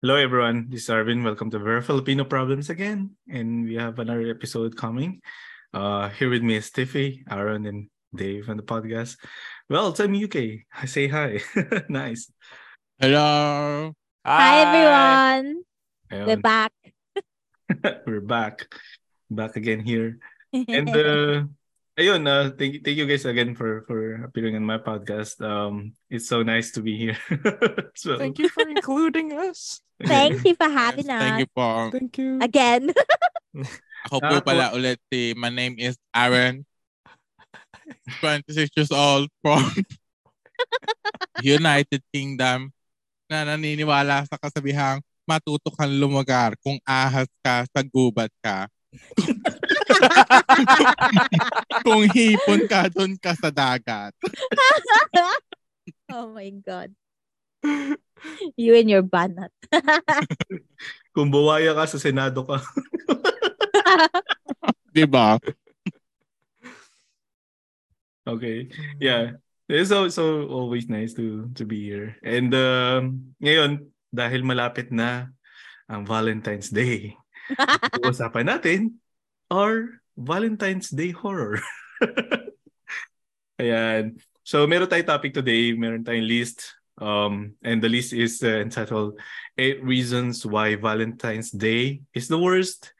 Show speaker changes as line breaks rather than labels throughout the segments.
Hello, everyone. This is Arvin. Welcome to Vera Filipino Problems again. And we have another episode coming. Uh, here with me is Tiffy, Aaron, and Dave on the podcast. Well, it's UK. I say hi. nice.
Hello.
Hi, everyone.
Ayun.
We're back.
We're back. Back again here. And uh, ayun, uh, thank, thank you guys again for, for appearing on my podcast. Um, it's so nice to be here. so,
Thank you for including us.
Thank you for having
Yes, Thank
us
you po.
Thank you.
again.
Ako po
Ah,
pala ulit si, my name is Aaron. 26 years old from United Kingdom na naniniwala sa kasabihang matuto kang lumagar kung ahas ka sa gubat ka. kung hipon ka, dun ka sa dagat.
oh my God. You and your banat.
Kung buwaya ka sa Senado ka.
Diba?
okay. yeah it's so so always nice to to be here and um ngayon dahil malapit na ang Valentine's Day uusapan natin our Valentine's Day horror ayan so meron tayong topic today meron tayong list um and the list is uh, entitled eight reasons why Valentine's Day is the worst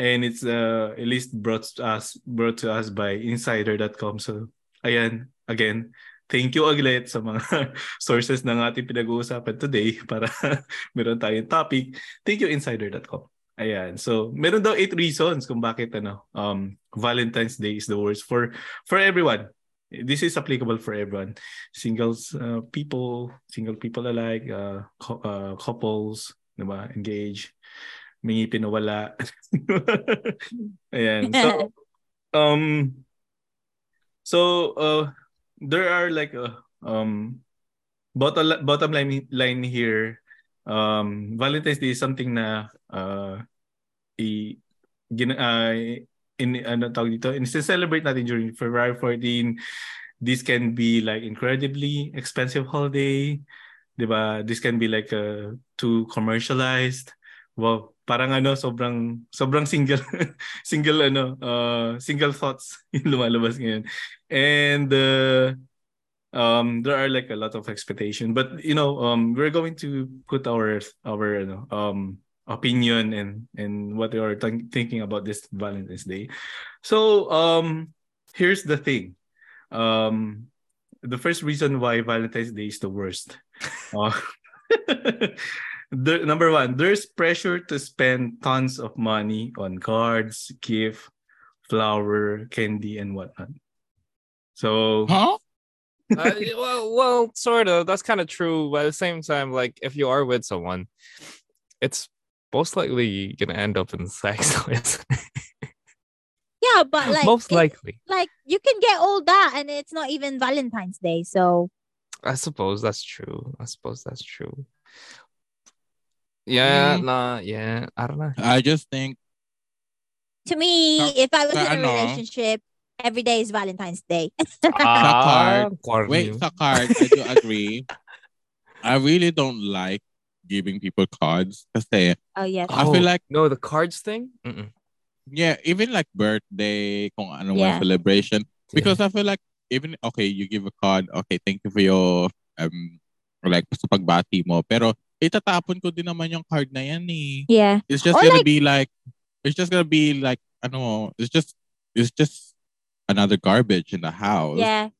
and it's uh, a list brought to us brought to us by insider.com so ayan, again, thank you ulit sa mga sources ng ating pinag-uusapan today para meron tayong topic. Thank you, insider.com. Ayan. So, meron daw eight reasons kung bakit ano, um, Valentine's Day is the worst for for everyone. This is applicable for everyone. Singles uh, people, single people alike, uh, cou- uh, couples, 'di ba? Engage, mingi pinawala. Ayan. So, um so uh there are like a um bottom bottom line line here um Valentine's Day is something na uh i gin, uh, in ano tawag dito in celebrate natin during February 14 this can be like incredibly expensive holiday 'di ba this can be like uh, too commercialized wow parang ano sobrang sobrang single single ano uh, single thoughts yung lumalabas ngayon and uh, um there are like a lot of expectation but you know um we're going to put our our ano, um opinion and and what we are think- thinking about this valentine's day so um here's the thing um the first reason why valentine's day is the worst Uh, the, number one there's pressure to spend tons of money on cards gift flower candy and whatnot so
Huh?
Uh, well, well, sort of. That's kind of true. But at the same time, like, if you are with someone, it's most likely going to end up in sex. isn't it?
yeah, but like,
most
it-
likely.
like you can get all that and it's not even Valentine's Day. So
I suppose that's true. I suppose that's true. Yeah,
Mm.
Mm-hmm.
nah, yeah. I don't know.
I just think,
to me,
Sa-
if I was
sa
in a
ano?
relationship, every day is Valentine's Day.
Ah, corny.
wait, sa card, I do agree. I really don't like giving people cards kasi
oh, yes.
I feel
Oh.
like
No, the cards thing? Mm-mm.
yeah, even like birthday, kung ano
Yeah.
man celebration. Because I feel like even okay, you give a card, okay, thank you for your um like sa pagbati mo. Pero itatapon ko din naman yung card na yan eh.
Yeah.
It's just
Or
gonna
like-
be like it's just gonna be like ano, it's just it's just another garbage in the house.
Yeah.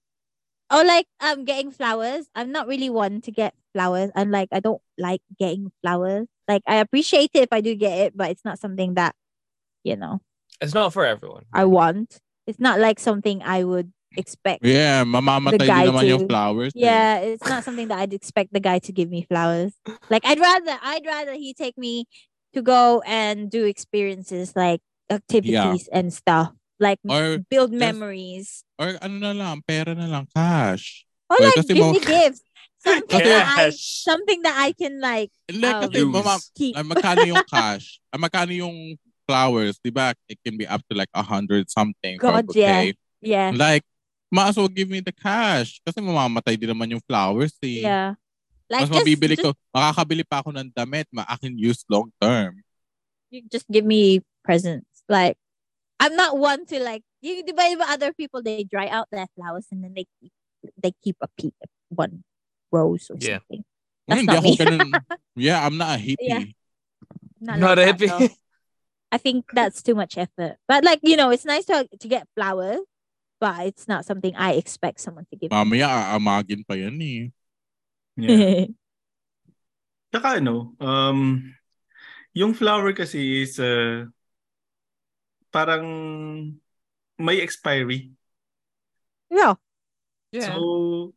Or like um getting flowers. I'm not really one to get flowers. I'm like I don't like getting flowers. Like I appreciate it if I do get it, but it's not something that, you know,
It's not for everyone.
I want. It's not like something I would expect.
Yeah,
Yeah,
mamamatay
The guy
din naman yung
too.
flowers. eh.
it's not something that I'd expect the guy to give me flowers. Like I'd rather I'd rather he take me to go and do experiences like activities and stuff. Like
Or
build
just-
memories.
or ano na lang, pera na lang, cash.
Or
Well,
like
kasi
give
mo-
me gifts. Something, that I,
Cash.
something that I can like
Like,
Oh,
kasi
Use.
mama,
keep.
Ay, magkano yung cash? Ay, magkano yung flowers? Di ba? It can be up to like a hundred something. for a
God,
bouquet.
Yeah.
Like, might as well give me the cash. Kasi mamamatay din naman yung flowers eh.
Yeah.
Mas
Like just,
mabibili
just,
ko. Makakabili pa ako ng damit. Ma, I can use long term.
you just give me presents. Like I'm not one to like you di ba, di ba other people they dry out their flowers and then they keep, they keep a pe one rose or
Yeah.
something. That's
Ngayon, Hindi
not
ako
me.
ganun. Yeah, I'm not a hippie.
Yeah. Not,
Not
like
a hippie.
that, though. I think that's too much effort. But like you know, it's nice to to get flowers, but it's not something I expect someone to give.
Mamaya, aamagin pa yan eh.
Yeah. Tsaka ano, um, yung flower kasi is uh, parang may expiry.
yeah.
Yeah.
So,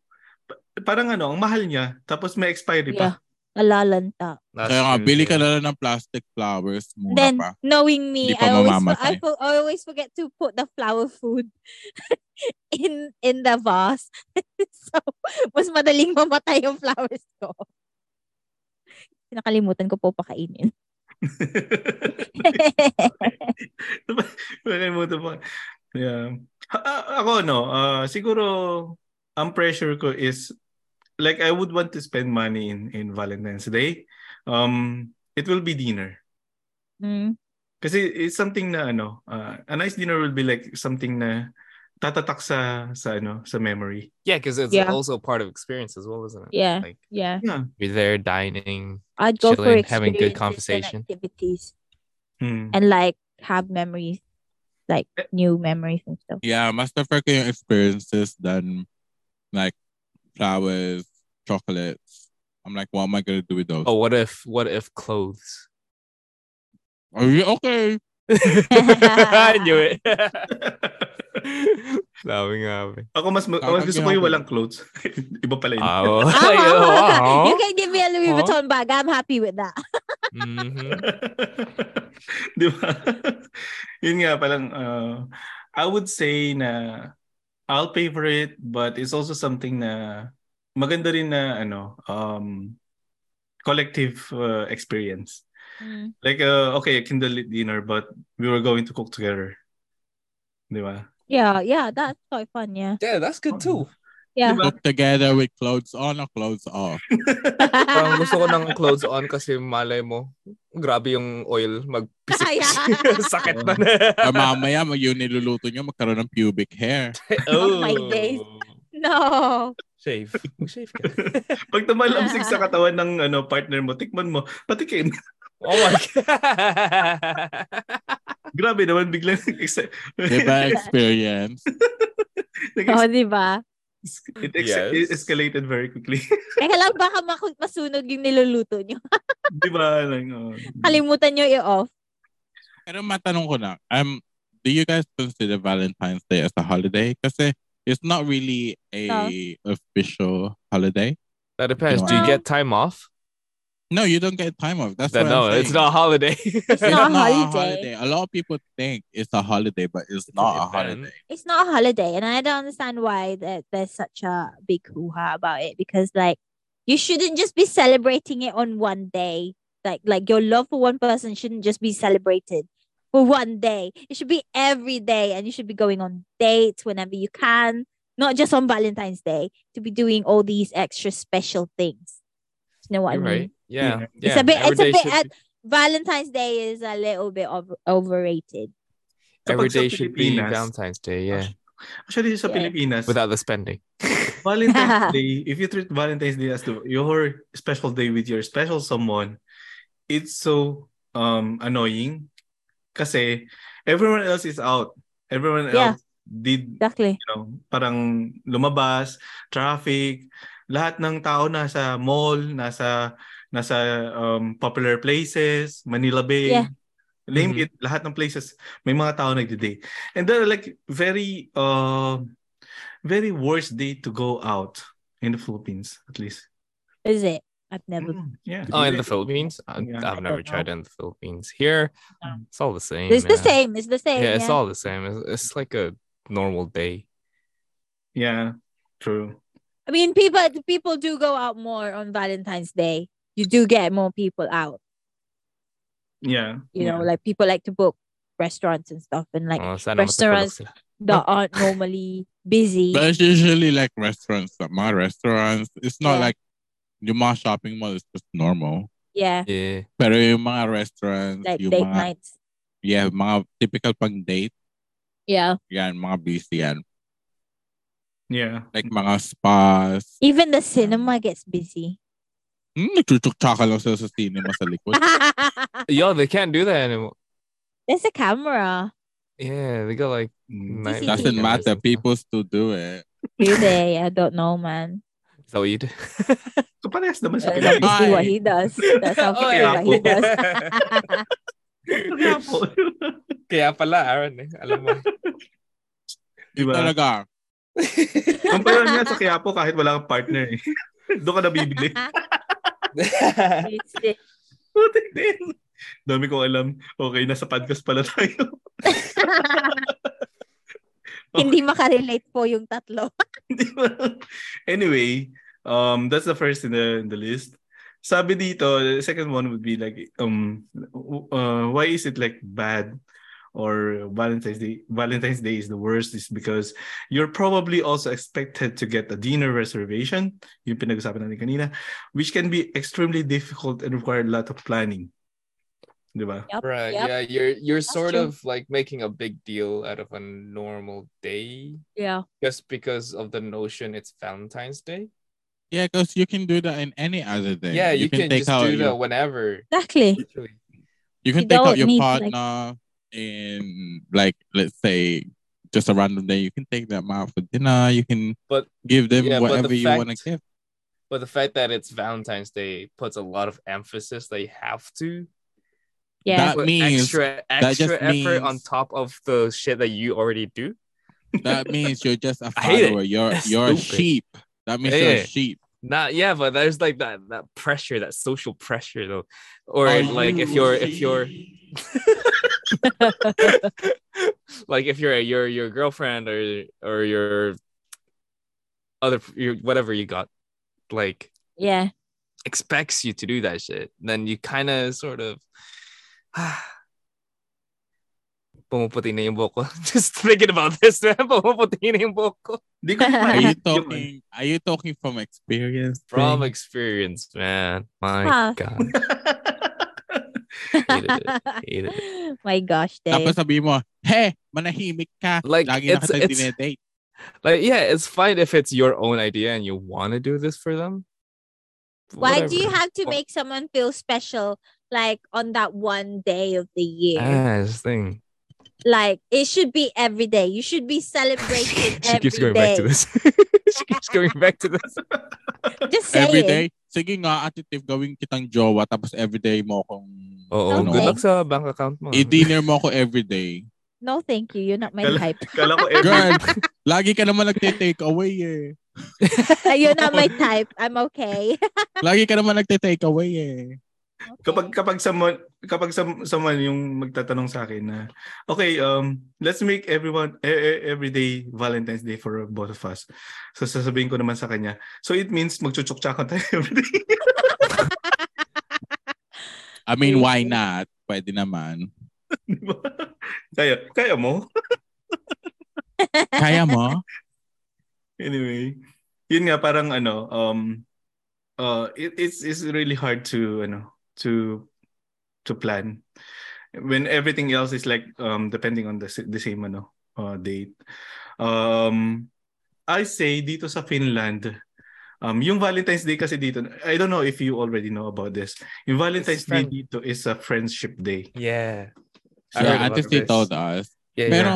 pa- parang ano, ang mahal niya, tapos may expiry
Yeah.
pa.
Alalanta.
That's
Kaya nga,
true,
bili ka
yeah.
na lang ng plastic flowers. Mura
then
pa.
knowing me,
Hindi pa
I always fo-
mamamatay.
I, fo- I always forget to put the flower food in in the vase. so, mas madaling mamatay yung flowers ko. Nakalimutan ko po pakainin.
Nakalimutan pa. Yeah. A- a- ako no, uh, siguro ang pressure ko is like I would want to spend money in in Valentine's Day. Um, it will be dinner.
mm.
Kasi it's something na ano, uh, a nice dinner will be like something na tatatak sa sa ano, sa memory.
Yeah, because it's
Yeah.
also part of experience as well, isn't it?
Yeah.
Like
Yeah.
you're there dining.
I'd go
Chilling,
for
having
experiences and
good conversation.
activities
Hmm.
and like have memories, like new memories and stuff.
Yeah, mas prefer ko yung experiences than like flowers, chocolates. I'm like, what am I gonna do with those?
Oh, what if what if clothes?
Are you okay?
I knew it. Sabi nga, be.
Ako mas ma-
Tawag
mas gusto ko yung
niya ako.
walang clothes. Iba pala yun.
Ow.
Ah,
Ow.
you can give me a Louis
Aw.
Vuitton bag. I'm happy with that.
Mhm.
Di ba? Yun nga palang uh, I would say na I'll pay for it but it's also something na maganda rin na ano um collective uh, experience.
Mm.
Like uh, okay, kindle dinner but we were going to cook together. Di ba?
Yeah, yeah, that's quite fun. Yeah,
Yeah, that's good too.
yeah.
Diba?
Cook together with clothes on or clothes off.
Parang gusto ko ng clothes on kasi malay mo, grabe yung oil, magpisik. Sakit na.
Ah, mamaya, mag- yung niluluto nyo, magkaroon ng pubic hair.
Oh my days. No.
Shave. Shave ka.
Pag tumalamsik sa katawan ng ano partner mo, tikman mo, patikin.
Oh my God.
Grabe naman biglang nag-ex-
Diba experience?
Oh,
nag-ex-
di ba?
it ex-
Yes.
it escalated very quickly.
Teka lang, baka maku- masunog yung niluluto nyo.
Di ba? Like, oh.
Kalimutan nyo i-off.
Pero matanong ko na, um, do you guys consider Valentine's Day as a holiday? Kasi it's not really a official holiday.
that depends. Do you get time off?
No, you don't get time off. That's
Then
what
no,
I'm saying.
it's not a holiday.
It's
It's
not a
not
holiday.
A lot of people think it's a holiday, but it's,
an
not a
event.
holiday.
It's not a holiday, and I don't understand why there, there's such a big hoo-ha about it. Because like, you shouldn't just be celebrating it on one day. Like, like your love for one person shouldn't just be celebrated for one day. It should be every day, and you should be going on dates whenever you can, not just on Valentine's Day. To be doing all these extra special things. You know what
You're
I mean?
right. Yeah.
It's
yeah.
a bit-
Every
it's a
day
bit
should
at-
be-
Valentine's Day is a little bit over- overrated.
every
Kapag sa
day should be
Pilipinas-
Valentine's Day. Yeah.
Actually, sa
Yeah.
Pilipinas,
Without the spending.
Valentine's Day, if you treat Valentine's Day as the, your special day with your special someone, it's so um annoying kasi everyone else is out. Everyone
Yeah.
else did,
Exactly.
you know, parang lumabas, traffic, lahat ng tao nasa mall, nasa nasa um, popular places, Manila Bay,
Yeah.
name
Mhm.
it, lahat ng places, may mga tao nagde-date. And they're like very uh, very worst day to go out in the Philippines at least.
Is it? I've never.
Mm, yeah.
Oh, in the Philippines? I,
Yeah.
I've
I
never
don't
tried it in the Philippines. Here,
No.
it's all the same.
It's the
yeah.
same. It's the same.
Mm. Yeah, it's all the same. It's, it's like a normal day.
Yeah, true.
I mean, people people do go out more on Valentine's Day. You do get more people out.
Yeah.
You know,
yeah.
like people like to book restaurants and stuff, and like
Oh, sana matutulog
restaurants-
sila.
that aren't normally busy.
But it's usually like restaurants, like my restaurants. It's not
Yeah.
like yung mga shopping mall is just normal.
Yeah.
Yeah.
Pero yung mga restaurants,
Like
yung
date
mga,
nights.
yeah, mga typical pang date,
Yeah.
yan, mga busy yan.
Yeah.
Like mga spas.
Even the cinema gets busy.
Hmm, nagchuchukchaka lang sila sa cinema sa likod.
There's
Yo, they can't do that anymore.
a camera.
Yeah, they got like
Mm.
nine.
Doesn't
Yeah,
matter. People still do it.
Do they? I don't know, man.
Is that what you do?
So parehas naman sa
Uh, That's
Pilipinas.
basically what
Ay.
he does. That's how
Oh,
free what he
yeah.
does.
Uh,
Kaya po.
Kaya pala, Aaron. Eh. Alam mo.
diba?
Talaga.
Ang parang niya sa kaya po kahit wala kang partner eh. Doon ka nabibili. Putik din. Dami ko alam. Okay, nasa podcast pala tayo.
Hindi makarelate po yung tatlo.
Di ba? anyway, um, that's the first in the in the list. Sabi dito, the second one would be like, um, uh, why is it like bad or Valentine's Day? Valentine's Day is the worst is because you're probably also expected to get a dinner reservation, yung pinag-usapan natin kanina, which can be extremely difficult and require a lot of planning. Di ba?
Yep,
Right.
yep.
Yeah, you're you're sort
true.
of like making a big deal out of a normal day
Yeah.
just because of the notion it's Valentine's Day.
Yeah, because you can do that in any other day.
Yeah, you, can,
take
just
out
do
your,
that whenever.
Exactly.
Literally.
You can
You
take
don't
out your
need, like-
partner in like let's say just a random day. You can take them out for dinner. You can
But-
give them
yeah, but the
whatever you want to give.
fact- But the fact that it's Valentine's Day puts a lot of emphasis they have to
Yeah.
That
put
means-
extra
just
extra effort
means-
on top of the shit that you already do.
That means you're just a
I hate it.
follower. You're
That's
you're a
stupid.
sheep. That means you're a
Yeah.
sheep.
Not yeah, but there's like that that pressure, that social pressure though. Or
Are
like if
you
you're
a
if you're like if you're your your girlfriend or or your other your, whatever you got like
Yeah.
expects you to do that shit then you kind of sort of pumuputi na yung buhok ko. just thinking about this man pumuputi na yung buhok ko.
Di ko
Are you
Yun.
talking? Are you talking from experience?
from
thing?
experience man my
Huh.
god hated it. Hated it.
My gosh,
Tapos
Dave.
sabi mo, hey, manahimik ka.
Like,
Lagi na
it's-
kita
it's-
dinedate.
like yeah it's fine if it's your own idea and you want to do this for them
Why do you
Whatever.
have to
Well-
make someone feel special like on that one day of the year?
ah, this thing
like it should be every day. You should be celebrated
she keeps
every
going back to
day.
this. she keeps going back to this.
Just say
Every
it.
day. Sige nga, Ate Tiff, gawin kitang jowa. Tapos every day mo akong... Oh,
Oo,
No
good luck
thanks.
sa bank account mo.
I-dinner mo ako every day.
No, thank you. You're not my
Kala-
type.
Kala ko every
Girl, lagi ka naman nagte-take away eh.
You're not my type. I'm okay.
Lagi ka naman nagte-take away eh.
Kapag kapag someone kapag some, someone yung magtatanong sa akin na okay um let's make everyone e- e- every day Valentine's Day for both of us. So sasabihin ko naman sa kanya. So it means magchuchukchakan tayo every day.
I mean, why not? Pwede naman.
Di ba? kaya kaya mo.
Kaya mo?
Anyway, yun nga parang ano um uh it, it's it's really hard to ano to to plan when everything else is like um depending on the s- the same ano uh, date. Um I say dito sa Finland um yung Valentine's Day kasi dito I don't know if you already know about this. Yung Valentine's Day
friend-
dito is a friendship day.
Yeah.
Yeah,
I heard
I
about
just they
this.
told us.
Yeah,
Pero,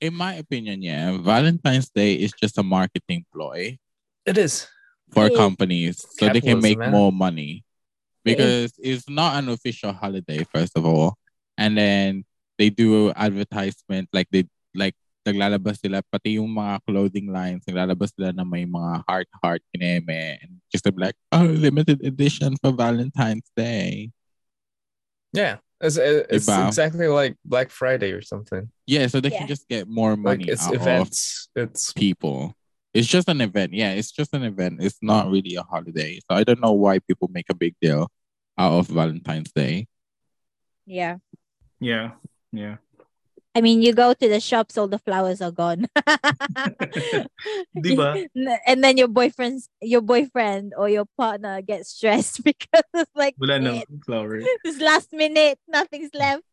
in my opinion, yeah, Valentine's Day is just a marketing ploy
yeah. It is.
for
Yeah.
companies so they can
Capitalism,
make
man.
more money.
Yeah.
Because it's not an official holiday, first of all. And then, they do advertisement like they like naglalabas sila pati yung mga clothing lines naglalabas sila na may mga heart heart kineme and just like oh limited edition for Valentine's Day
Yeah. It's, it's
Diba?
exactly like Black Friday or something.
Yeah, so they
Yeah.
can just get more
Like
money
it's
out of
events. It's
people. It's just an event. Yeah, it's just an event. It's not really a holiday. So I don't know why people make a big deal out of Valentine's Day.
Yeah.
Yeah. Yeah.
I mean, you go to the shops, all the flowers are gone.
Di ba?
And then your boyfriend's your boyfriend or your partner gets stressed because it's like
Wala ng
"Shit,
flower.
this last minute, nothing's left.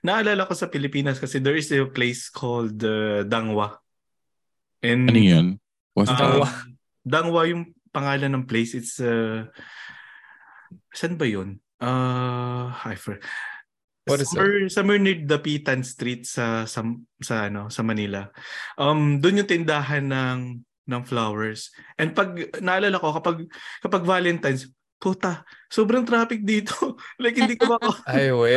Naalala ko sa Pilipinas kasi there is a place called uh, Dangwa. And
Mm.
Ano yun?
Ah,
What's
um,
that?
Dangwa?
Dangwa yung pangalan ng place. It's uh, saan ba yun? Uh, I for
What is it?
somewhere, somewhere near Dapitan Street sa sa, sa ano sa Manila. Um doon yung tindahan ng ng flowers. And pag naalala ko kapag kapag Valentine's, puta, sobrang traffic dito. like hindi ko mako.
Ay, we.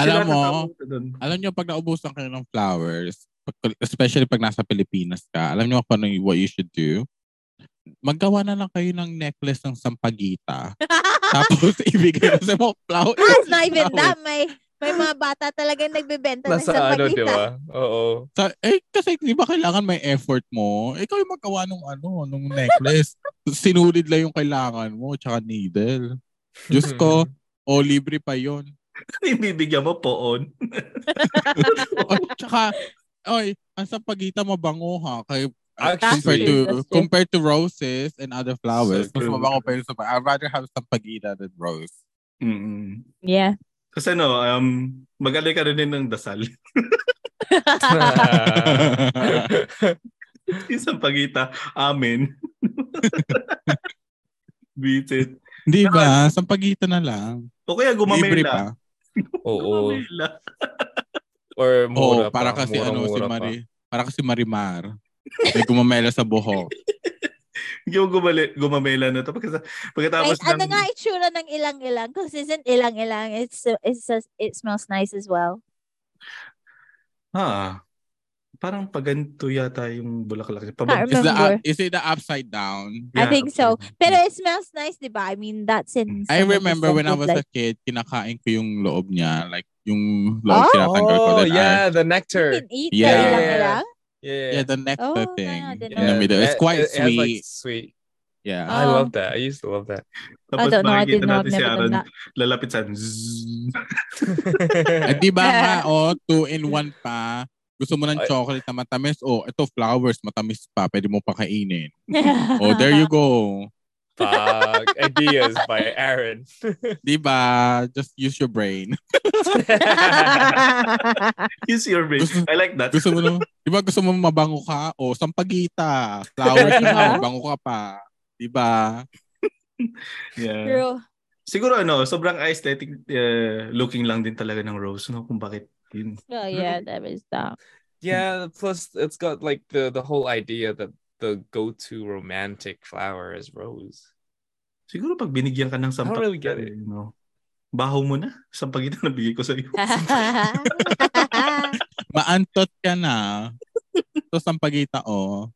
Alam
sila
mo,
nakakapunta doon.
alam nyo, pag naubusan kayo ng flowers, pag- especially pag nasa Pilipinas ka, alam nyo kung ano, y- what you should do? Maggawa na lang kayo ng necklace ng sampagita. tapos ibigay mo sa mga flower- flowers.
That's Ah, not even that. May, may mga bata talaga nagbebenta ng
Nasa ano, di
sampagita.
ba? Oo.
Sa- eh, kasi di ba kailangan may effort mo? Ikaw yung magkawa ng ano, nung necklace. Sinulid lang yung kailangan mo, tsaka needle. Diyos ko, o libre pa yon
Ibibigyan Ano mo poon.
O, tsaka, oy, ang sampagita mabango ha. Kay, uh,
Actually-
compared to
That's true.
compared to roses and other flowers,
So
mas
true.
mabango pa yung sampag. I'd rather have sampagita than rose.
Mm-mm.
Yeah.
Kasi no, um, magaling ka rin din ng dasal.
Ah.
Isang pagita, amen. Beat it.
Di ba? Sampagita na lang.
O kaya
Libre
gumamela.
pa.
Oo.
Gumamela.
Or
Oo,
mura
Oh,
pa.
para kasi ano si
murang-mura pa.
Mari, para kasi Marimar. May gumamela sa buhok.
Hindi ako gumali- gumamela na to. Pagkasa- Pagkatapos
Wait, ano
ng-
nga itsura ng ilang-ilang? Because isn't ilang-ilang, it's, it's just- it smells nice as well.
Ah, parang paganto yata yung bulaklak.
Can't
Pabag-
Is the
Remember.
up- is it the upside down?
I think so. Pero it smells nice, di ba? I mean, that's in...
Hmm. I
some of the
remember when I
scent
was
of,
a
like,
kid, kinakain ko yung loob niya. Like, yung loob
Oh.
tinatanggal ko.
Oh,
Then I-
yeah, the nectar.
You can eat
Yeah.
the ilang-ilang?
yeah, the nectar
Oh,
thing.
yeah, the
in the
nectar.
middle. It's
It-
quite
it has,
sweet.
like, sweet.
yeah.
Ah.
I
Oh.
love that. I used to love that.
Tapos
I don't know, I
makikita
did not,
natin si
never
Aaron
done that.
lalapit sa akin. Zzz.
At Eh, di ba nga, oh, two in one pa. Gusto mo ng chocolate na matamis? Oh, ito flowers, matamis pa. Pwede mo pa kainin. Oh, there you go.
Fuck. Ideas by Aaron.
Di ba? Just use your brain.
Use your brain.
Gusto-
I like that.
Gusto mo nung, di ba gusto mo mabango ka? Oh, sampagita. Flowers
Di ba?
na, mabango ka pa. Di ba?
Yeah.
True.
Siguro ano, sobrang aesthetic uh, looking lang din talaga ng rose, no? Kung bakit yun.
Oh, yeah, there is that.
yeah, plus it's got like the the whole idea that the go-to romantic flower is rose.
Siguro pag binigyan ka ng sampagita,
really get it.
you know, baho mo na. Sampagitan na bigay ko sa iyo.
Maantot ka na. Ito sampagita, oh.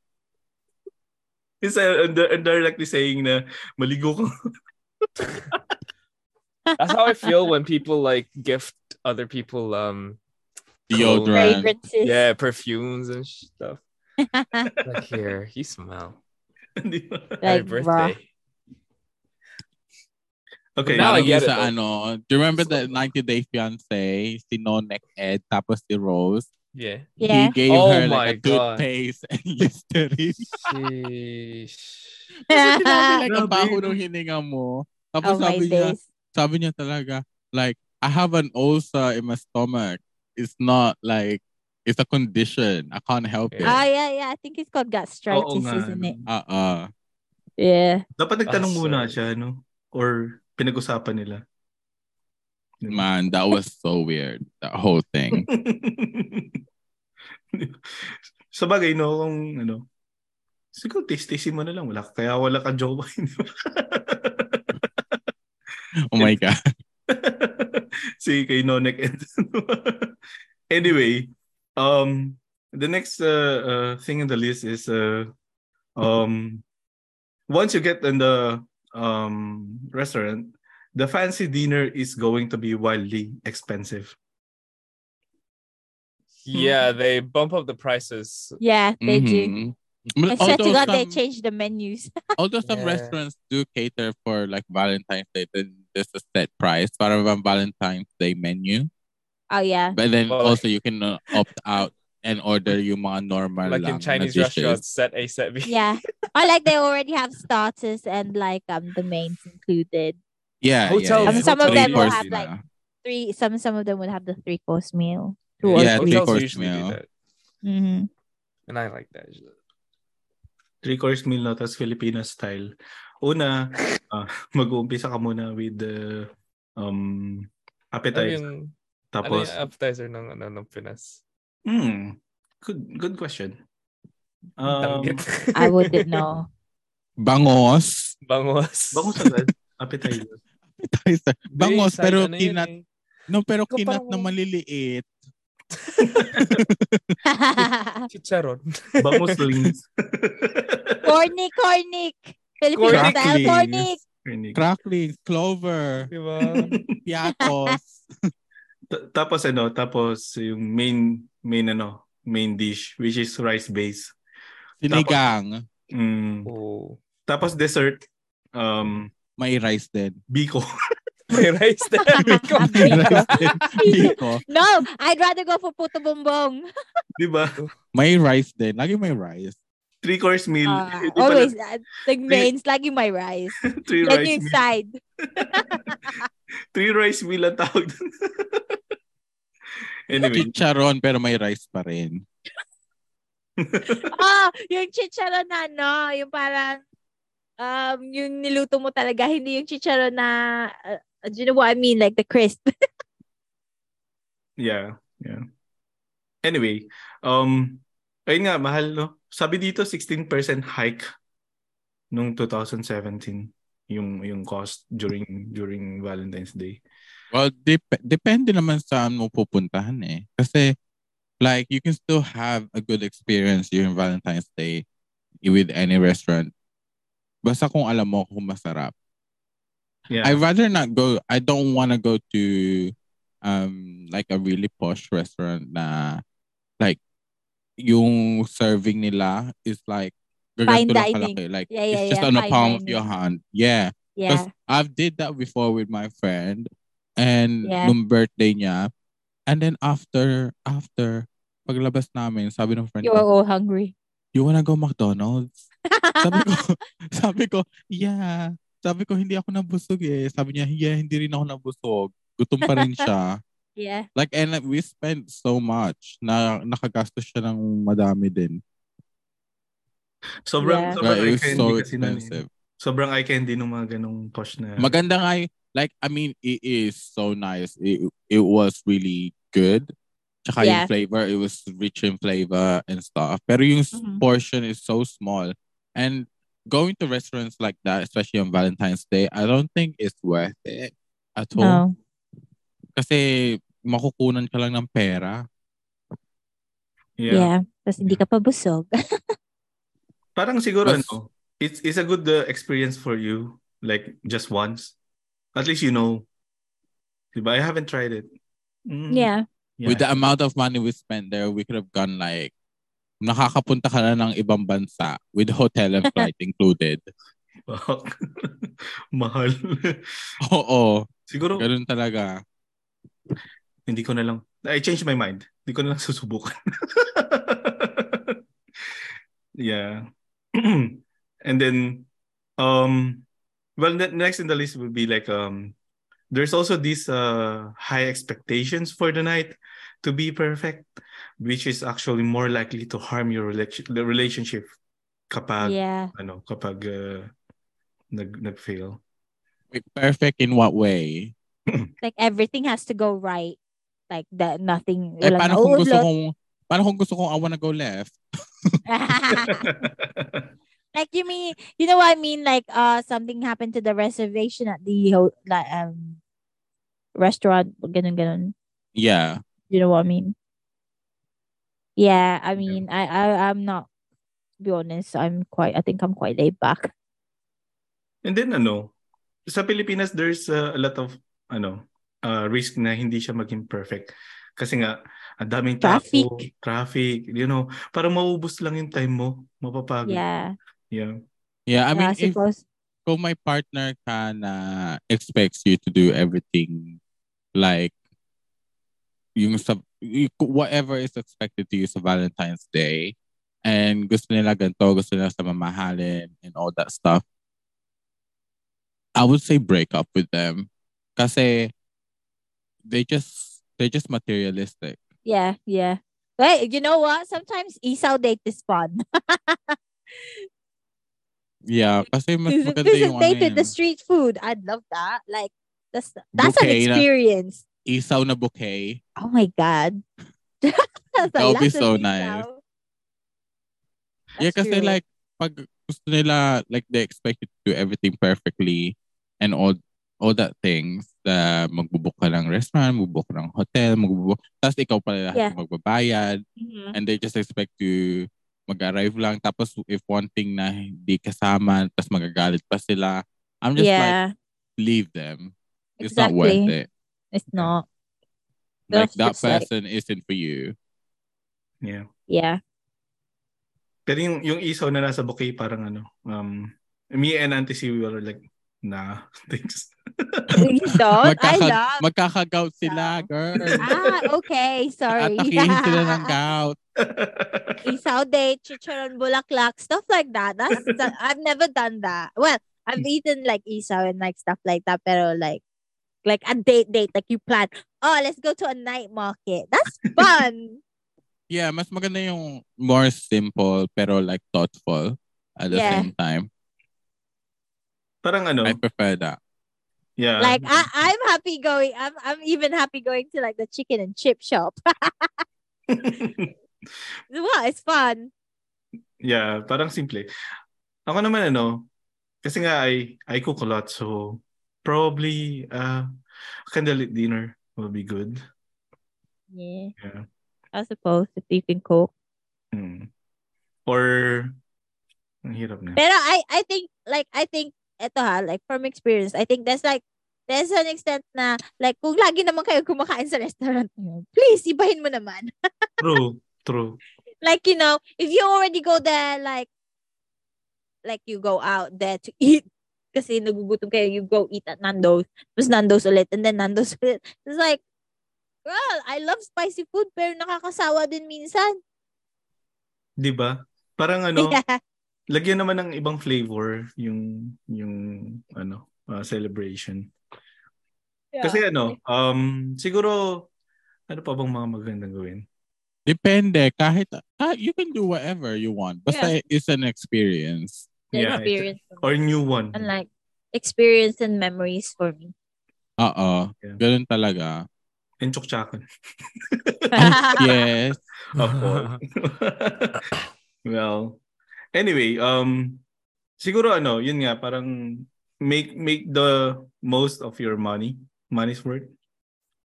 It's uh, under, indirectly saying na maligo ka.
That's how I feel when people like gift other people um
Deodorant.
Fragrances.
yeah, perfumes and stuff. Like here, you smell.
Di ba?
Happy
Like, bruh.
birthday.
Okay.
Now
Now I
I
get it,
sa
though.
ano, do you remember the 90 Day Fiancé? Si Nonek Ed, tapos si Rose.
Yeah.
He
Yeah.
gave
Oh
her
my
like a
God.
toothpaste and Listerine.
Sheesh.
Kasi sinabi like, ang
Grabe.
baho ng hininga mo. Tapos
oh my
sabi niya,
days.
sabi niya talaga, like, I have an ulcer in my stomach. It's not like, it's a condition. I can't help it.
Yeah.
Ah, yeah, yeah. I think it's called
Oo
gastritis,
nga.
isn't it?
Uh-uh.
Yeah.
Dapat nagtanong
Ah,
muna
sorry.
siya, no? Or pinag-usapan nila.
Man, that was so weird. That whole thing.
sa bagay, no? Kung ano, siguro tistisin mo na lang. Wala, ka- kaya wala kang jowa. hindi mo-
Oh my God.
si kay Nonek. anyway, um, the next uh, uh, thing in the list is uh, um, once you get in the um, restaurant, the fancy dinner is going to be wildly expensive.
Yeah, they bump up the prices.
Yeah, they do.
Mhm. Well,
I swear to
although
God, they
some-
changed the menus.
Although some
Yeah.
restaurants do cater for like Valentine's Day, then there's a set price. Parang bang Valentine's Day menu.
Oh yeah.
But then
Well,
also you can uh, opt out and order yung mga normal
like
lang
in Chinese
na dishes.
restaurants, set A, set B.
Yeah. or like they already have starters and like um the mains included.
Yeah,
Hotels-
yeah, yeah.
Um, some of
Three
them will
course
have, like,
na.
Three some some of them would have the three course meal. Two or
Yeah,
Yeah,
three.
three
hotels
course
usually
meal.
do that,
Mm-hmm.
and I like that.
Three course meal na tas Filipino style. Una, ah, mag-uumpisa ka muna with the um
Ano
appetizer.
yung, ano
Tapos,
yung appetizer ng ano ng Pinas?
hmm, good good question. Um,
Tanggit.
I wouldn't know.
Bangos.
Bangos.
bangus agad, appetizer.
Bangos,
Hindi,
pero
side ano yun
kinat.
eh.
No, pero
Ikaw
kinat
parang-
na maliliit.
Chicharon.
Bangus links.
cornic, cornic. Filipino
Cornic
style
links.
cornic.
Crackling, clover,
Di ba?
piatos.
Ta- tapos ano, tapos yung main main ano, main dish which is rice base.
sinigang.
Mm.
Oh.
Tapos dessert um
May rice din.
biko.
May rice na.
May rice din. Biko.
no, I'd rather go for puto bumbong.
'Di ba?
May rice din. Lagi may rice.
Three course meal.
Uh,
Hindi pala
always, uh, the mains, lagi my rice.
three
Lagi
rice
yung
meal.
side.
Three rice meal ang tawag doon. anyway,
Chicharon, pero may rice pa rin.
Oh, yung chicharon na, no? Yung parang, um, yung niluto mo talaga, hindi yung chicharon na, uh, do you know what I mean? Like the crisp.
yeah, yeah. Anyway, um ayun nga mahal no. Sabi dito 16% hike nung 2017 yung yung cost during during Valentine's Day.
Well, dep- depende naman saan mo pupuntahan eh. Kasi, like, you can still have a good experience during Valentine's Day with any restaurant. Basta kung alam mo kung masarap.
Yeah.
I'd rather not go, I don't want to go to, um, like, a really posh restaurant na, like, yung serving nila is like,
Fine
gaganto lang
dining.
kalaki. Like,
Yeah, yeah,
it's just
yeah,
on the
fine
palm of
dining.
your hand. Yeah.
Yeah.
Because I've did that before with my friend and
Yeah.
nung birthday niya. And then after, after, paglabas namin, sabi ng friend
You are
ko,
all hungry.
you wanna go McDonald's? Sabi ko, sabi ko, yeah. Sabi ko, hindi ako nabusog eh. Sabi niya, yeah, hindi rin ako nabusog. Gutom pa rin siya.
yeah.
like, and we spent so much na nakagastos siya ng madami din.
Sobrang
Yeah.
sobrang
Like, it was
eye-candy
so
kasi nun eh.
expensive.
Sobrang eye candy ng mga ganong posh na.
Maganda nga y- like I mean it is so nice. It it was really good. Tsaka yung
Yeah.
flavor, it was rich in flavor and stuff. Pero yung s-
Mhm.
portion is so small. And going to restaurants like that, especially on Valentine's Day, I don't think it's worth it at all.
No.
Kasi makukunan ka lang ng pera.
yeah.
Yeah. Tapos hindi ka pa busog.
Parang siguro
Mas-
ano, it's it's a good uh, experience for you like just once. At least you know. Diba? I haven't tried it. Mm,
yeah.
yeah.
With the amount of money we spent there, we could have gone like nakakapunta ka na ng ibang bansa with hotel and flight included.
Fuck. Mahal.
Oo,
siguro
ganun talaga.
hindi ko na lang I changed my mind. Hindi ko na lang susubukan. yeah. And then um well ne- next in the list would be like um there's also these uh high expectations for the night to be perfect which is actually more likely to harm your relation the relationship kapag
Yeah.
ano kapag uh, nag nagfail.
Wait, perfect in what way?
Like everything has to go right. Like that nothing.
Eh,
walang
paano kung gusto
nauulot.
kong, paano kung gusto kong I wanna go left?
like you mean you know what I mean like uh something happened to the reservation at the ho- like um restaurant ganun ganun
Yeah.
you know what I mean yeah I mean I, I I'm not to be honest I'm quite I think I'm quite laid back
And then ano, sa Pilipinas there's uh, a lot of ano, uh, risk na hindi siya maging perfect. Kasi nga ang daming tao,
Traffic.
traffic, you know, parang mauubos lang yung time mo, mapapagod.
yeah
Yeah.
Yeah, I
yeah,
mean, if
suppose
kung may partner ka na expects you to do everything like yung sa, y- whatever is expected to you sa Valentine's Day. And gusto nila ganito, gusto nila sa mamahalin and all that stuff. I would say break up with them. Kasi they just, they're just materialistic.
Yeah, yeah. But you know what? Sometimes Esau date is fun.
Yeah, kasi mas
This
maganda
is
yung ano
dated
yun.
the street food. I'd love that. Like that's that's
Bouquet
an
na-
experience.
Isaw na bouquet.
Oh my god. That's a
That would be
lot of
so
Esau.
nice. yeah,
That's
kasi
true.
like, pag gusto nila, like, they expect you to do everything perfectly and all all that things na magbubok ka ng restaurant, magbubok ng hotel, magbubok, tapos ikaw pala lahat
Yeah.
yung magbabayad
Mhm.
and they just expect you mag-arrive lang tapos if one thing na hindi kasama tapos magagalit pa sila I'm just like
Yeah,
leave them it's not worth it
exactly. It's not.
like
That's
that
just like-
person isn't for you
Yeah.
Yeah.
Pero yung, yung isaw na nasa bouquet, parang ano, um, me and Auntie Si, we were like, nah. They just,
You don't? I
Magkaka-
love.
magkakagout sila
Isaw.
girl
ah, okay. Sorry.
atakihin sila ng gout
Isaw date, chicharon bulaklak, stuff like that. That's that- I've never done that. Well,
Hmm.
I've eaten like isaw and like stuff like that, pero like like a date date, like you plan. Oh, let's go to a night market. That's fun.
yeah mas maganda yung more simple pero like thoughtful at the
Yeah.
same time
parang ano,
I prefer that Um,
yeah.
like I, I'm happy going. I'm I'm even happy going to like the chicken and chip shop. well, it's fun.
yeah, parang simple. Ako naman ano, kasi nga I, I cook a lot, so probably uh, candlelit dinner will be good.
Yeah.
Yeah.
I suppose if you can cook.
Hmm. Or, ang hirap na.
Pero I I think like I think eto ha like from experience I think that's like there's an extent na like kung lagi naman kayo kumakain sa restaurant nyo, please ibahin mo naman.
True, true.
Like you know, if you already go there like like you go out there to eat kasi nagugutom kayo, you go eat at Nando's, tapos Nando's ulit, and then Nando's ulit. It's like, girl, I love spicy food, pero nakakasawa din minsan.
Di ba? Parang ano,
Yeah.
lagyan naman ng ibang flavor yung yung ano uh, celebration. Kasi ano, um siguro ano pa bang mga magandang gawin?
Depende. Kahit, ah, you can do whatever you want. Basta it's an experience.
The
Yeah, it's-
experience.
Or new one.
and like experience and memories for me.
Oo.
Yeah.
Ganun talaga.
And tsuktsakan.
Yes.
Of course. well, anyway, um siguro ano, yun nga parang make make the most of your money, money's worth.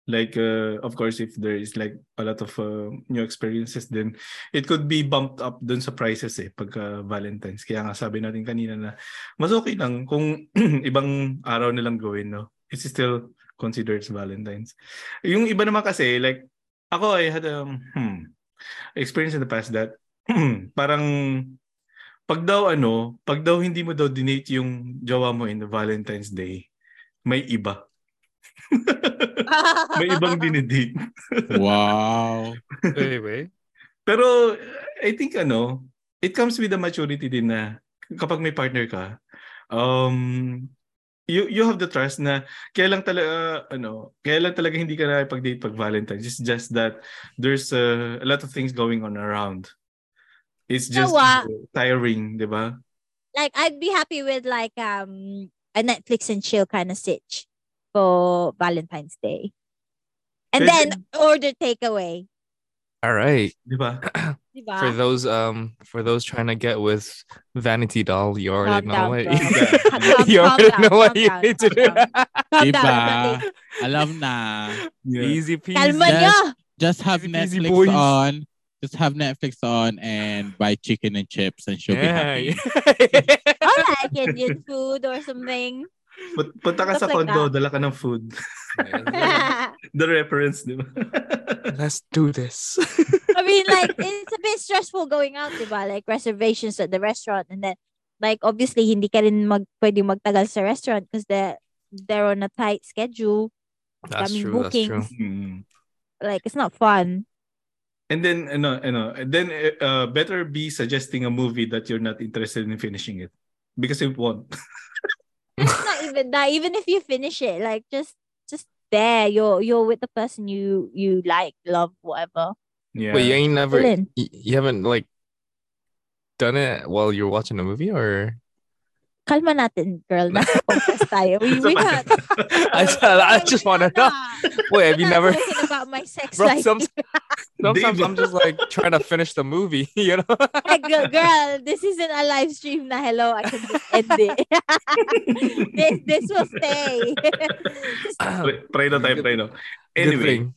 Like uh, of course if there is like a lot of uh, new experiences then it could be bumped up dun sa prices eh pagka Valentine's. Kaya nga sabi natin kanina na mas okay lang kung ibang araw na lang gawin, no. It's still considered as Valentine's. Yung iba naman kasi like ako I had um hmm, experience in the past that parang pag daw ano, pag daw hindi mo daw dinate yung jowa mo in the Valentine's Day, may iba. may ibang dinidate.
Wow.
Anyway,
Pero I think ano, it comes with the maturity din na kapag may partner ka, um you you have the trust na kaya lang talaga ano, kaya lang talaga hindi ka nakipag-date pag Valentine's. It's just that there's uh, a lot of things going on around. It's
You
just
know what?
tiring, 'di ba?
like I'd be happy with like um a Netflix and chill kind of sitch for Valentine's Day.
Pwede.
And then order takeaway.
all right.
'Di ba?
Diba?
For those um, for those trying to get with Vanity Doll, you already
Calm
know
down,
what
bro.
you,
Calm- calm-
you
calm
already
down,
know what
calm
you
down,
need to
calm down.
do.
Calm
Diba?
down, Matik.
Alam na.
Yeah.
Easy peasy.
Kalma
Yes.
nyo.
Just have
Easy peasy,
Netflix
boys.
on. Just have Netflix on and buy chicken and chips and she'll be happy.
yeah.
Or like Indian food or something.
Put- Punta ka sa
Stuff like
condo,
that.
dala ka ng food. The reference, 'di ba?
Let's do this.
I mean, like it's a bit stressful going out, diba? Like reservations at the restaurant, and then like obviously hindi ka rin mag pwede magtagal sa restaurant because they're they're on a tight schedule.
That's
Daming
true. That's true.
bookings.
Mm.
like it's not fun.
And then ano ano and then uh, better be suggesting a movie that you're not interested in finishing it because it won't.
It's not even that. Even if you finish it, like just just there, you're you're with the person you you like, love, whatever.
yeah.
Wait, you ain't never.
Dylan.
y- You haven't like done it while you're watching a movie, or
Kalma natin, girl. Nasa podcast tayo. We,
It's a
we
bad-
can't.
I just, I just want to know. Wait, have you
We're
never?
not talking about my sex
Bro,
life.
some- Sometimes
David.
I'm just like trying to finish the movie, you know.
Like, girl, girl, this isn't a live stream na hello, I can just end it. this, this will stay.
Try- try na tayo, try na.
Good
Anyway,
thing.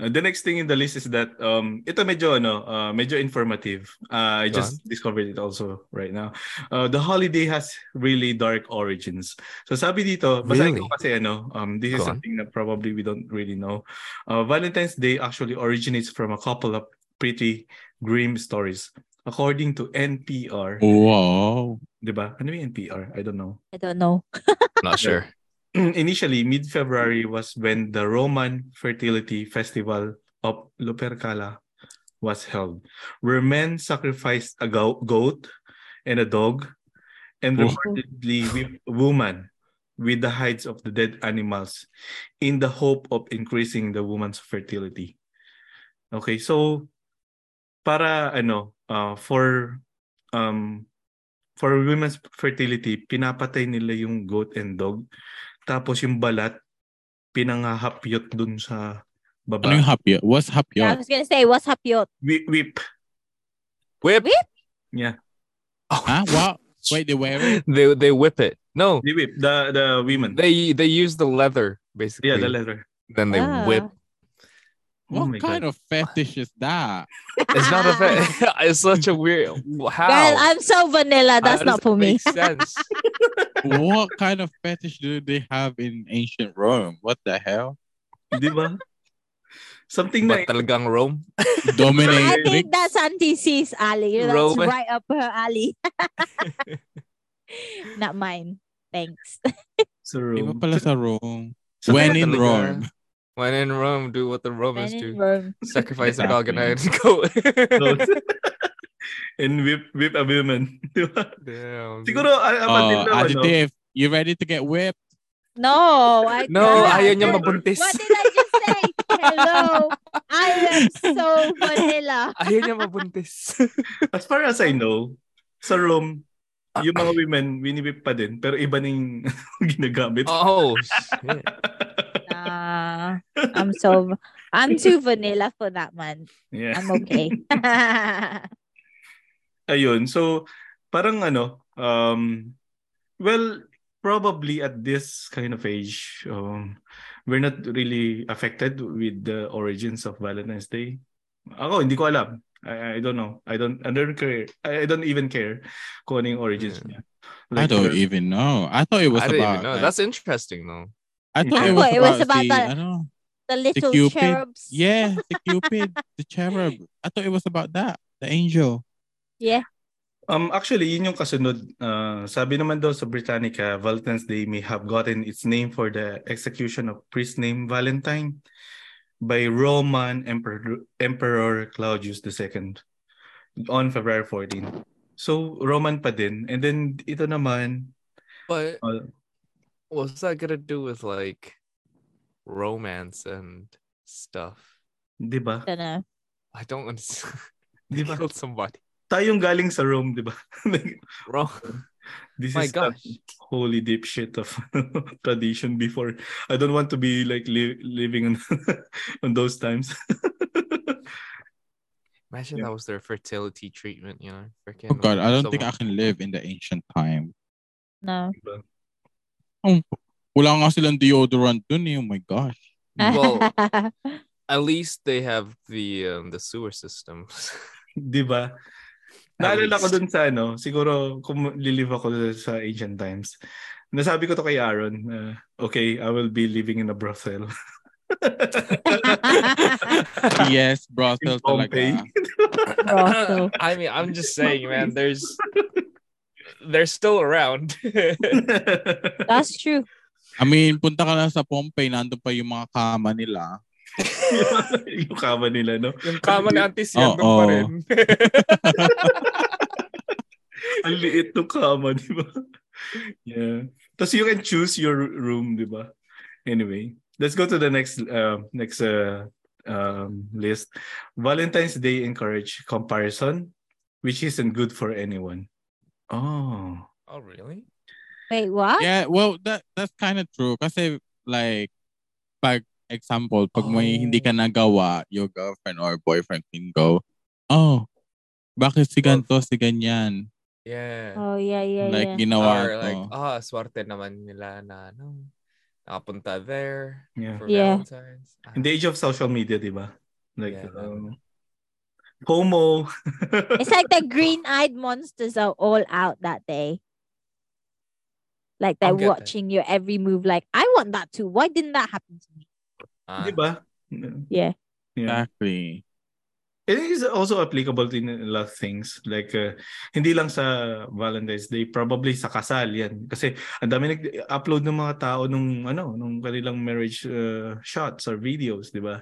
uh, the next thing in the list is that um ito medyo ano, uh, medyo informative. Uh, I
Go
just discovered it also right now. Uh, the holiday has really dark origins. So sabi dito, basahin ko
Really?
kasi ano, um this is
Go on.
something that probably we don't really know. Uh, Valentine's Day actually originates from a couple of pretty grim stories. According to NPR,
Wow.
'di ba? Ano yung NPR? I don't know.
I don't know.
Not sure.
initially mid-February was when the Roman fertility festival of Lupercala was held, where men sacrificed a go- goat and a dog, and
Oh.
reportedly with woman with the hides of the dead animals, in the hope of increasing the woman's fertility. Okay, so para ano uh, for um for women's fertility pinapatay nila yung goat and dog tapos yung balat pinangahapyot dun sa
Ano yung
baba
hapyo? What's
Yeah, I
hapyo?
was gonna say, what's up, yot?
Whi- whip
Whip.
Whip?
Yeah.
Oh,
Huh? Wow. Wait, they wear it?
They they whip it. No,
the whip the the women
they they use the leather basically.
yeah the leather
Then they
Ah.
whip.
Oh
What
my
kind of fetish is that?
It's not a. Fa- it's such a weird. How?
Girl, I'm so vanilla. That's not for me.
Makes sense.
what kind of fetish do they have in ancient Rome? What the hell?
di ba something na
but talagang Rome.
I
Dominatrix?
think that's anti-cis alley. That's
Roman.
right up her alley. Not mine. Thanks.
sa
Iba
room
pala sa Rome.
So,
When
kaya
in
talaga-
Rome.
When in Rome, do what the Romans
Men in
do.
Rome.
Sacrifice a
Exactly.
dog and a goat.
Goat. and whip whip a woman di ba
Damn. dude.
siguro a- apat din
Oh,
daw
Ate
ano
Tiff, you ready to get whipped?
No, I
No,
can't.
ayaw niya
What-
mabuntis.
What did I just say? Hello. I am so vanilla.
Ayaw niya mabuntis.
as far as I know sa Rome yung mga women winibip pa din pero iba na yung ginagamit
oh, shit.
Nah, I'm so I'm too vanilla for that man.
yeah
I'm okay.
ayun so parang ano um well probably at this kind of age um we're not really affected with the origins of Valentine's Day ako hindi ko alam I, I don't know I don't I don't care I I don't even care kung ano yung origins niya
I
Like,
don't even know. I thought it was
I don't
about.
even know.
like-
That's interesting though.
I thought it
I
was,
thought it
about,
was about
the,
that-
I know.
the little
Cupid.
cherubs.
Yeah, the Cupid, the cherub. I thought it was about that. The angel.
Yeah.
Um, actually, yun yung kasunod. Uh, sabi naman daw sa Britannica, Valentine's Day may have gotten its name for the execution of priest named Valentine by Roman Emperor, Emperor Claudius II on February 14. So, Roman pa din. And then, ito naman,
But
uh,
what's that gonna do with like romance and stuff?
di ba?
Don't know.
I don't understand.
Di ba?
Killed somebody.
Tayong galing sa Rome, di ba? Like,
Wrong.
This
My
is some
gosh.
holy dipshit of tradition before. I don't want to be like li- living on, on those times.
Imagine
Yeah.
that was their fertility treatment, you know?
Oh
Freaking
God, I don't think I can
someone-
live in the ancient time.
No.
Wala nga silang deodorant dun eh. Oh my gosh.
Well, at least they have the um, the sewer system.
Di ba?
At
Naalala ko
least.
dun sa ano, siguro kung lilive ako sa ancient times. Nasabi ko to kay Aaron, uh, okay, I will be living in a brothel.
yes, brothel
In Pompeii.
talaga.
Brothel.
I mean, I'm just saying, man. There's they're still around.
That's true.
I mean, punta ka lang sa Pompeii, nandun pa yung mga kama nila.
yung kama nila, no?
Yung kama ni Auntie Sian
Oo.
doon pa rin.
Ang liit ng kama, di ba? Yeah. Tapos you can choose your room, di ba? Anyway, let's go to the next uh, next uh, um, list. Valentine's Day encourage comparison, which isn't good for anyone. Oh.
oh, really?
Wait, what?
Yeah, well, that that's kind of true. Kasi, like, pag example, pag may
Oh.
hindi ka nagawa, your girlfriend or boyfriend can go, oh, bakit si ganito, si ganyan?
Yeah.
Oh yeah, yeah,
like,
yeah.
ginawa
Or
ko.
like, ah, swerte naman nila na, ano, nakapunta there
Yeah.
for
Yeah.
Valentine's. Ah,
In the age of social media, di ba? Like,
Yeah.
um, FOMO.
It's like the green-eyed monsters are all out that day. Like they're
I'll get that.
watching your every move. Like I want that too. Why didn't that happen to me?
ah.
di ba?
Yeah.
Yeah.
Exactly.
It is also applicable to a lot of things. Like, uh, hindi lang sa Valentine's Day, probably sa kasal yan. Kasi ang dami nag-upload ng mga tao nung, ano, nung kanilang marriage uh, shots or videos, di ba?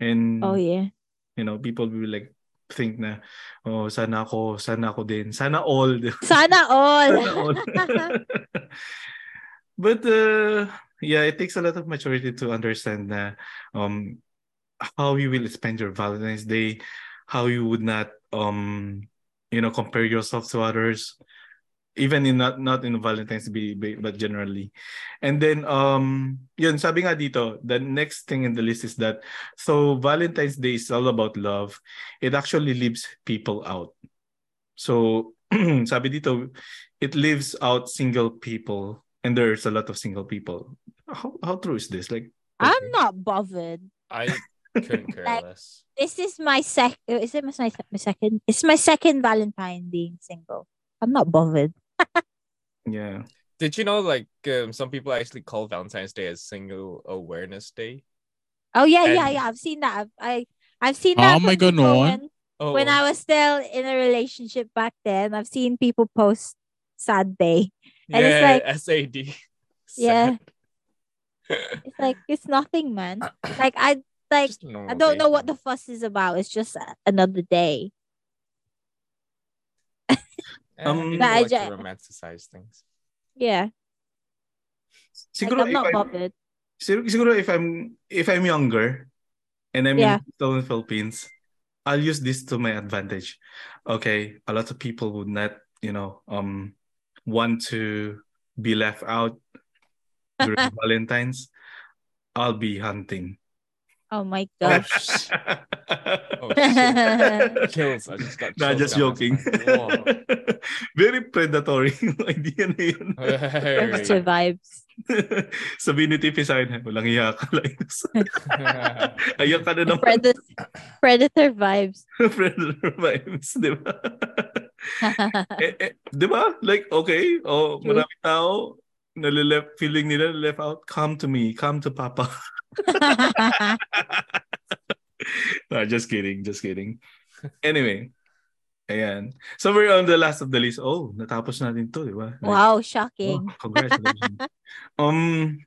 And,
Oh yeah.
you know, people will like, think na, oh, sana ako, sana ako din. Sana all, di ba?
Sana
Sana
all.
all. oh. But uh, yeah, it takes a lot of maturity to understand na, um how you will spend your Valentine's Day, how you would not um you know compare yourself to others, even in not not in Valentine's Day ba- but generally. And then um yun sabi nga dito, the next thing in the list is that so Valentine's Day is all about love. It actually leaves people out. So sabi dito, it leaves out single people and there's a lot of single people. How how true is this? Like
I'm not bothered.
I couldn't care
Um, Like-
less.
This is my sec. uh, Is it my, my second? It's my second Valentine being single. I'm not bothered.
yeah.
Did you know, like, um, some people actually call Valentine's Day as Single Awareness Day?
Oh yeah, yeah,
And-
yeah. I've seen that. I've, I I've seen
Oh
that.
my
from people
ganon.
When,
Oh,
when I was still in a relationship back then, I've seen people post sad day. and it's
yeah,
like-
SAD.
Yeah.
Sad.
It's like it's nothing, man.
Uh,
Like I like
Just a normal
I don't
day
know what
for
the fuss is about. It's just a- another day.
me. Eh,
Um,
people
But I
like to
ju-
romanticize things.
Yeah, like,
Siguro
I'm
if
not
I'm,
bothered.
sig- siguro if I'm if I'm younger and I'm
Yeah.
in the Philippines, I'll use this to my advantage. Okay, a lot of people would not, you know, um want to be left out during Valentine's. I'll be hunting.
Oh my
Oh,
gosh.
sh- oh, shit.
yeah,
Kills. I just got
Nah,
chills
just
down my
joking.
spine. Whoa.
Very predatory yung idea na yun.
Very.
vibes.
Sabihin ni Tiffy sa akin, walang iya ka like this. Ayak ka na naman.
Predator, predator vibes.
Predator vibes, di ba? eh, eh, di ba? Like, okay, oh,
True.
marami tao, nalileft, feeling nila left out, come to me, come to papa. no, just kidding, just kidding. Anyway, ayan. So we're on the last of the list. Oh, natapos natin to, di ba? Like, Oh,
wow, shocking.
congratulations. um,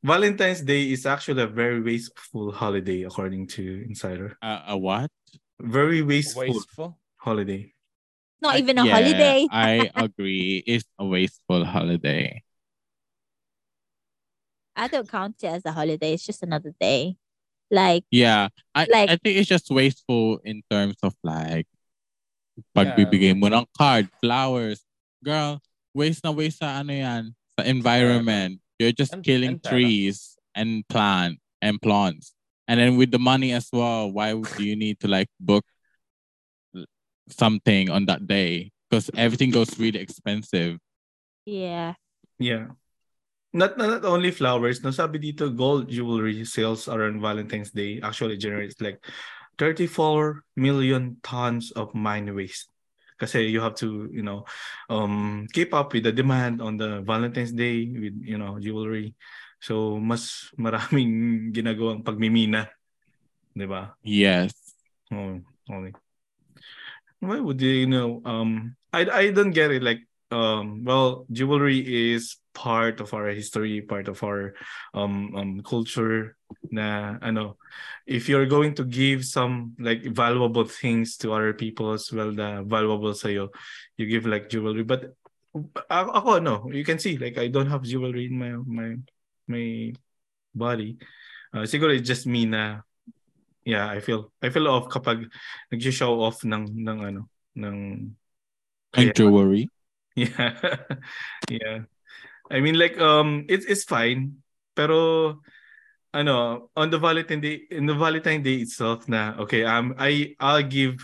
Valentine's Day is actually a very wasteful holiday, according to Insider.
A- a what?
Very wasteful
Wasteful.
holiday.
Not even a
Yeah,
holiday.
I agree. It's a wasteful holiday.
I don't count it as a holiday. It's just another day. Like,
Yeah. I,
Like-
I think it's just wasteful in terms of like pagbibigay mo ng card, flowers. Girl, waste na waste sa ano yan, sa environment. You're just
And-
killing
and pera.
trees and plant and plants. And then with the money as well, why would you need to like book something on that day? Because everything goes really expensive.
yeah.
Yeah. Not, not only flowers, no sabi dito gold jewelry sales around Valentine's Day actually generates like 34 million tons of mine waste. Kasi you have to, you know, um, keep up with the demand on the Valentine's Day with, you know, jewelry. So, mas maraming ginagawang pagmimina. Di ba?
Yes.
Oh, only. Why would they, you know, um, I, I don't get it. Like, um well jewelry is part of our history part of our um um culture na ano if you're going to give some like valuable things to other people as well na valuable sa you give like jewelry but a- ako no you can see like I don't have jewelry in my my my body uh, siguro it's just me na yeah I feel I feel off kapag nag-show off ng ng ano ng Yeah.
And jewelry.
Yeah. yeah. I mean like um it's it's fine pero ano on the Valentine Day in the Valentine Day itself na okay um I I'll give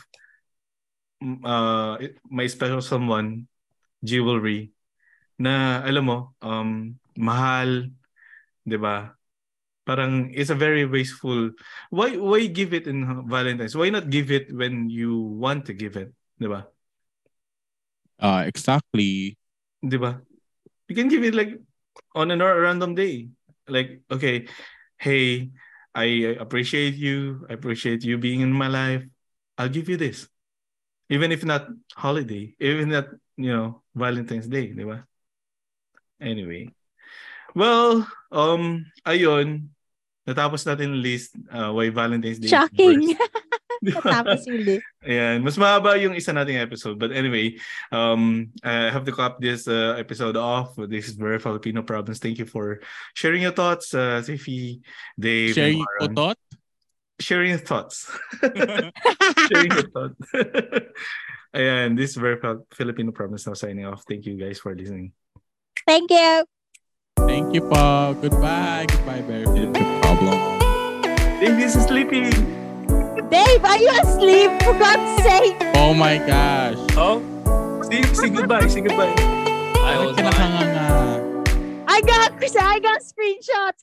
mm, uh my special someone jewelry na alam mo um mahal 'di ba parang it's a very wasteful why why give it in Valentine's why not give it when you want to give it 'di ba
Uh, exactly.
Di ba? You can give it like on a nor- random day. Like, okay, hey, I appreciate you. I appreciate you being in my life. I'll give you this. Even if not holiday, even not, you know, Valentine's Day, di ba? Anyway. Well, um, ayun. Natapos natin yung list uh, why Valentine's Day is
Shocking.
worse. Di ba?
Tapos yung list.
Ayan. Mas mahaba yung isa nating episode. But anyway, um, I have to cap this uh, episode off. This is Very Filipino Problems. Thank you for sharing your thoughts, uh, Sifi, Dave,
Share
and
your
Aaron.
thought.
Sharing your thoughts. sharing your thoughts. Ayan. This is Very Fil- Filipino Problems now signing off. Thank you guys for listening.
Thank you.
Thank you, Paul. Goodbye. Goodbye, Bear. It's a problem.
Dave is sleeping.
Dave, are you asleep? For God's sake.
Oh my gosh.
Oh,
Say, say goodbye. Say goodbye.
I
Bakit
was
ka
lying.
nakanganga?
I got, I got screenshots.